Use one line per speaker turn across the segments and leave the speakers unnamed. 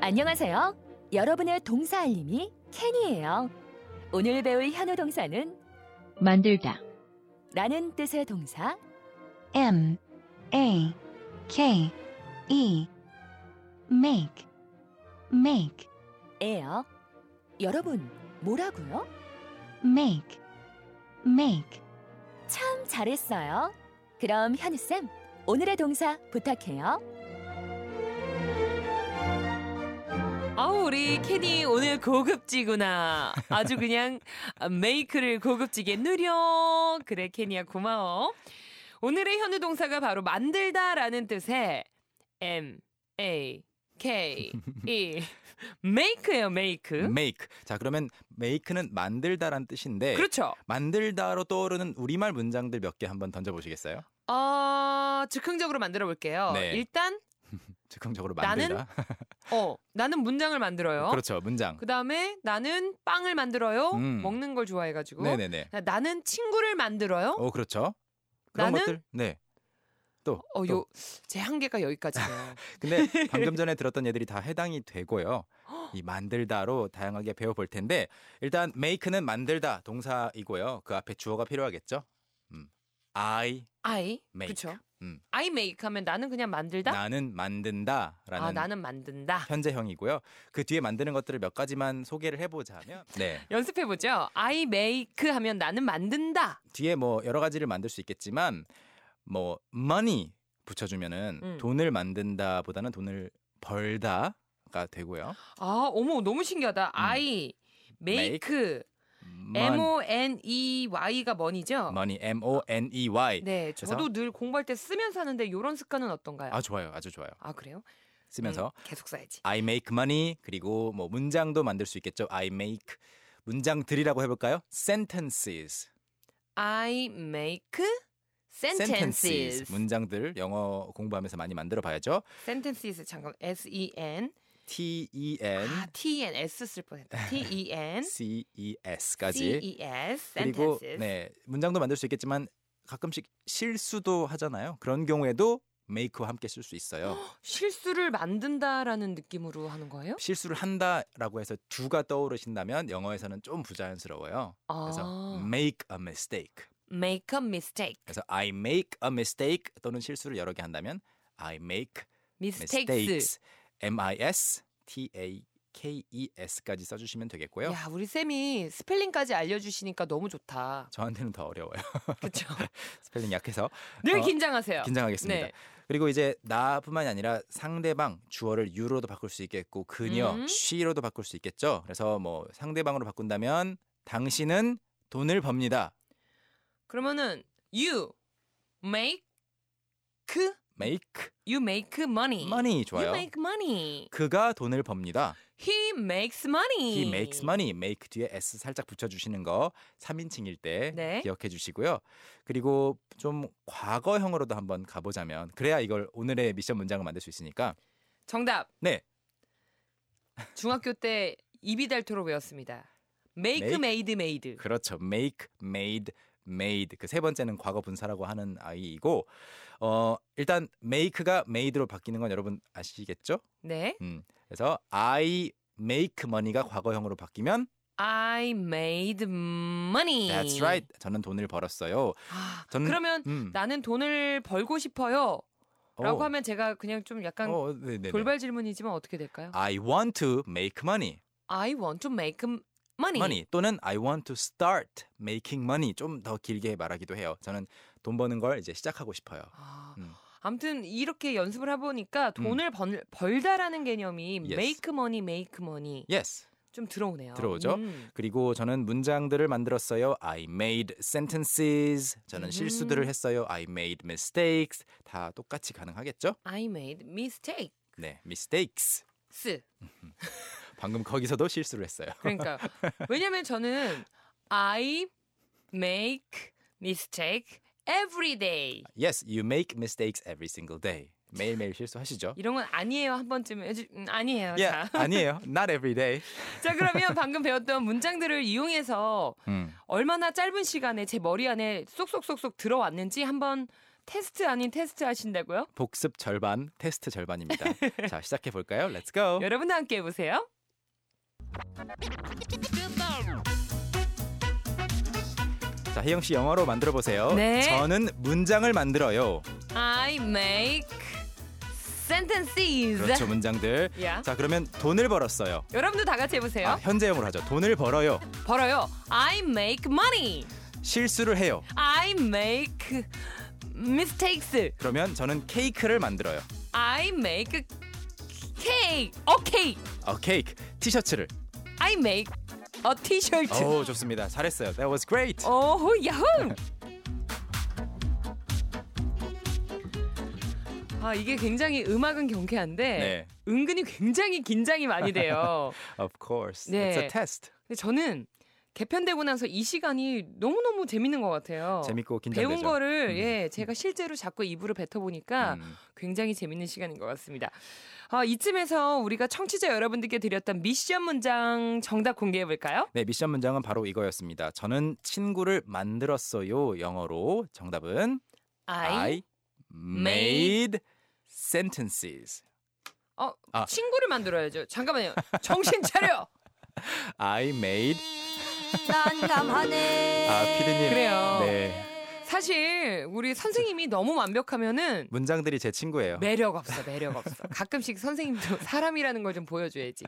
안녕하세요. 여러분의 동사 알림이 캔이에요. 오늘 배울 현우 동사는
만들다
라는 뜻의 동사
M A K E make make
에요. 여러분, 뭐라고요?
make make
참 잘했어요. 그럼 현우쌤, 오늘의 동사 부탁해요.
아우 우리 캐디 오늘 고급지구나. 아주 그냥 메이크를 고급지게 누려. 그래 캐니야 고마워. 오늘의 현우 동사가 바로 만들다라는 뜻의 M A K E 메이크예요 메이크.
make. 자 그러면 make는 만들다란 뜻인데
그렇죠.
만들다로 떠오르는 우리말 문장들 몇 개 한번 던져보시겠어요?
어 즉흥적으로 만들어 볼게요.
네.
일단
즉흥적으로
나는
만들다.
어 나는 문장을 만들어요.
그렇죠 문장.
그 다음에 나는 빵을 만들어요.
음.
먹는 걸 좋아해가지고.
네네네.
나는 친구를 만들어요.
오 그렇죠. 그런
나는-
것들. 네. 또.
어,
또.
요, 제 한계가 여기까지네요.
근데 방금 전에 들었던 얘들이 다 해당이 되고요. 이 만들다로 다양하게 배워볼 텐데 일단 make는 만들다 동사이고요. 그 앞에 주어가 필요하겠죠. 음. I
I.
Make.
그쵸.
음.
I make 하면 나는 그냥 만들다?
나는 만든다라는
아, 나는 만든다.
현재형이고요. 그 뒤에 만드는 것들을 몇 가지만 소개를 해보자면 네.
연습해보죠. I make 하면 나는 만든다.
뒤에 뭐 여러 가지를 만들 수 있겠지만 뭐 money 붙여주면은
음.
돈을 만든다보다는 돈을 벌다가 되고요.
아, 어머, 너무 신기하다. I make.
Mon-
E M-O-N-E-Y가 money죠?
money M O N E Y.
아. 네,
그래서-
저도 늘 공부할 때 쓰면 사는데 요런 습관은 어떤가요?
아 좋아요, 아주 좋아요.
아, 그래요?
쓰면서
음, 계속 써야지.
I make money 그리고 뭐 문장도 만들 수 있겠죠. I make 문장들이라고 해볼까요? Sentences.
I make sentences.
Sentences. 문장들 영어 공부하면서 많이 만들어봐야죠.
sentences 잠깐 E S-E-N
T E N
아, T-E-N S 쓸 뻔했다. T-E-N
C E S까지.
C-E-S
그리고
sentences.
네 문장도 만들 수 있겠지만 가끔씩 실수도 하잖아요. 그런 경우에도 make와 함께 쓸 수 있어요.
실수를 만든다라는 느낌으로 하는 거예요?
실수를 한다라고 해서 두가 떠오르신다면 영어에서는 좀 부자연스러워요. 그래서
아,
make a mistake.
make a mistake.
그래서 I make a mistake 또는 실수를 여러 개 한다면 I make
mistakes.
mistakes. M I S T A K E S까지 써주시면 되겠고요.
야, 우리 쌤이 스펠링까지 알려주시니까 너무 좋다.
저한테는 더 어려워요.
그렇죠.
스펠링 약해서
늘
어,
긴장하세요.
긴장하겠습니다.
네.
그리고 이제 나뿐만이 아니라 상대방 주어를 유로도 바꿀 수 있겠고 그녀
음.
she로도 바꿀 수 있겠죠. 그래서 뭐 상대방으로 바꾼다면 당신은 돈을 법니다.
그러면은 you make 그,
make
you make money.
money 좋아요.
You make money.
그가 돈을 법니다.
He makes money.
He makes money. make 뒤에 s 살짝 붙여 주시는 거 3인칭일 때
네.
기억해 주시고요. 그리고 좀 과거형으로도 한번 가 보자면 그래야 이걸 오늘의 미션 문장을 만들 수 있으니까.
정답.
네.
중학교 때 입이 닳도록 외웠습니다. Make,
Make-
made, made.
그렇죠. make, made, made. 그 세 번째는 과거 분사라고 하는 아이이고 어, 일단 make가 made로 바뀌는 건 여러분 아시겠죠?
네.
음. 그래서 I make money가 과거형으로 바뀌면
I made money.
that's right. 저는 돈을 벌었어요.
아,
저는-
그러면
음.
나는 돈을 벌고 싶어요. 라고
어,
하면 제가 그냥 좀 약간
어, 네네네. 아.
돌발 질문이지만 어떻게 될까요?
I want to make money.
I want to make money.
money 또는 I want to start making money 좀 더 길게 말하기도 해요. 저는 돈 버는 걸 이제 시작하고 싶어요.
아,
음.
아무튼 이렇게 연습을 해보니까 돈을 번, 벌다라는 개념이
Yes.
make money, make money
Yes.
좀 들어오네요.
들어오죠?
음.
그리고 저는 문장들을 만들었어요. I made sentences. 저는
음.
실수들을 했어요. I made mistakes. 다 똑같이 가능하겠죠?
I made mistakes.
네, mistakes. 방금 거기서도 실수를 했어요.
그러니까 왜냐면 저는 I make mistake every day.
Yes, you make mistakes every single day. 매일매일 실수하시죠?
이런 건 아니에요 한 번쯤 해주 음, 아니에요.
예,
자.
아니에요. Not every day.
자 그러면 방금 배웠던 문장들을 이용해서
음,
얼마나 짧은 시간에 제 머리 안에 쏙쏙쏙쏙 들어왔는지 한번 테스트 아닌 테스트 하신다고요?
복습 절반, 테스트 절반입니다. 자, 시작해 볼까요? 렛츠 고.
여러분도 함께 해보세요.
자, 혜영 씨 영어로 만들어 보세요.
네.
저는 문장을 만들어요.
I make sentences.
그렇죠, 문장들.
야.
자, 그러면 돈을 벌었어요.
여러분도 다 같이 해보세요.
아, 현재형으로 하죠. 돈을 벌어요.
벌어요. I make money.
실수를 해요.
I make mistakes.
그러면 저는 케이크를 만들어요.
I make cake. 오케이.
어, 케이크, 티셔츠를.
I make a t-shirt. Oh,
오, 좋습니다. 잘했어요. That was great.
오호 야호. 아 이게 굉장히 음악은 경쾌한데
네.
은근히 굉장히 긴장이 많이 돼요.
Of course.
네.
It's a test.
근데 저는 개편되고 나서 이 시간이 너무 너무 재밌는 것 같아요.
재밌고 긴장되죠.
어. 배운 거를
음.
예 제가 실제로 자꾸 입으로 뱉어보니까
음.
굉장히 재밌는 시간인 것 같습니다. 아, 이쯤에서 우리가 청취자 여러분들께 드렸던 미션 문장 정답 공개해 볼까요?
네, 미션 문장은 바로 이거였습니다. 저는 친구를 만들었어요. 영어로 정답은
I,
I, made sentences.
어
아.
친구를 만들어야죠. 잠깐만요. 정신 차려.
I made
난감하네.
아, 피디님.
그래요.
네.
사실 우리 선생님이 너무 완벽하면은
문장들이 제 친구예요.
매력 없어, 매력 없어. 가끔씩 선생님도 사람이라는 걸 좀 보여줘야지.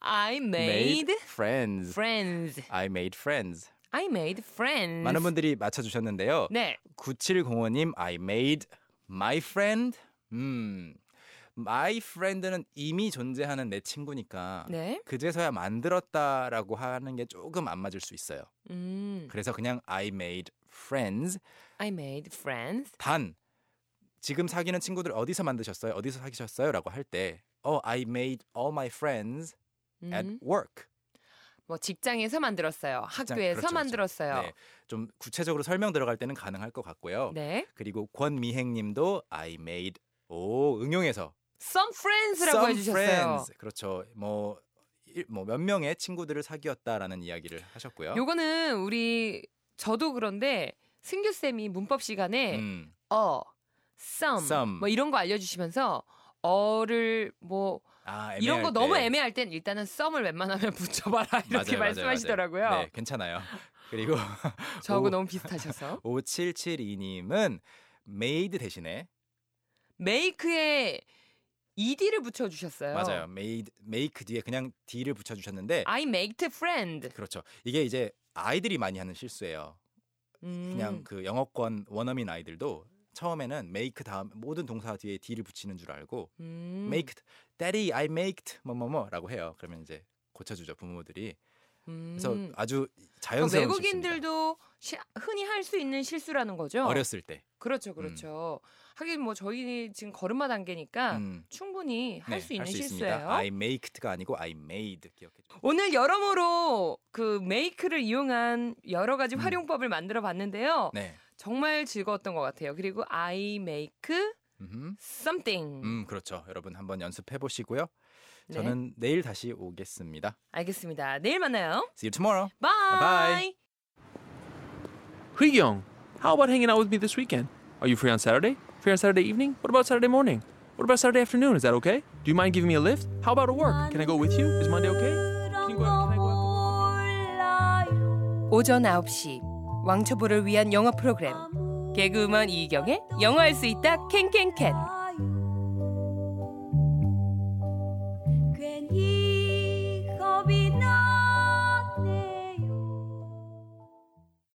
I made
friends.
friends.
I made friends.
I made friends.
많은 분들이 맞춰 주셨는데요.
네.
9705님 I made my friend. 음. my friend는 이미 존재하는 내 친구니까
네.
그제서야 만들었다라고 하는 게 조금 안 맞을 수 있어요.
음.
그래서 그냥 I made friends.
I made friends.
단 지금 사귀는 친구들 어디서 만드셨어요? 어디서 사귀셨어요?라고 할 때 어, I made all my friends
음.
at work.
뭐 직장에서 만들었어요.
직장-
학교에서
그렇죠, 그렇죠.
만들었어요.
네. 좀 구체적으로 설명 들어갈 때는 가능할 것 같고요.
네.
그리고 권미행 님도 I made 오 응용해서
Some friends라고
some
해주셨어요.
friends. 그렇죠. 뭐뭐몇 명의 친구들을 사귀었다라는 이야기를 하셨고요.
요거는 우리 저도 그런데 승규 쌤이 문법 시간에
음,
어, some,
some.
뭐 이런 거 알려주시면서 어를 뭐
아,
이런
애매할
거 너무
때.
애매할 땐 일단은 썸을 웬만하면 붙여봐라 이렇게
맞아요, 맞아요,
말씀하시더라고요.
맞아요. 네, 괜찮아요. 그리고
저하고
오.
너무 비슷하셔서
5772님은 made 대신에
메이크에 ed를 붙여주셨어요. 아.
맞아요. made make 뒤에 그냥 d를 붙여 주셨는데
I made friend.
그렇죠. 이게 이제 아이들이 많이 하는 실수예요.
음,
그냥 그 영어권 원어민 아이들도 처음에는 make 다음 모든 동사 뒤에 d를 붙이는 줄 알고
음,
make daddy I made 뭐뭐뭐라고 해요. 그러면 이제 고쳐 주죠, 부모들이.
음.
그래서 아주
그러니까
자연스러운 실수입니다.
외국인들도 시- 흔히 할 수 있는 실수라는 거죠.
어렸을 때.
그렇죠, 그렇죠. 하긴 뭐 저희 지금 걸음마 단계니까
음.
충분히 아, 할
네,
수 있는
할수 있습니다.
실수예요.
I maked가 아니고 I made 기억해 주세요.
오늘 여러모로 그 메이크를 이용한 여러 가지
음.
활용법을 만들어 봤는데요.
네.
정말 즐거웠던 것 같아요. 그리고 I make
음흠.
something.
음, 그렇죠. 여러분 한번 연습해 보시고요.
네,
저는 내일 다시 오겠습니다.
알겠습니다. 내일 만나요.
See you tomorrow.
바이.
바이.
Young, how about hanging out with me this weekend? Are you free on Saturday? Free on Saturday evening? What about Saturday morning? What about Saturday afternoon? Is that okay? Do you mind giving me a lift? How about at work? Can I go with you? Is Monday okay? Can you go out? Can I go out?
오전 9시 왕초보를 위한 영어 프로그램 개그우먼 이경의 영어할 수 있다 캔캔캔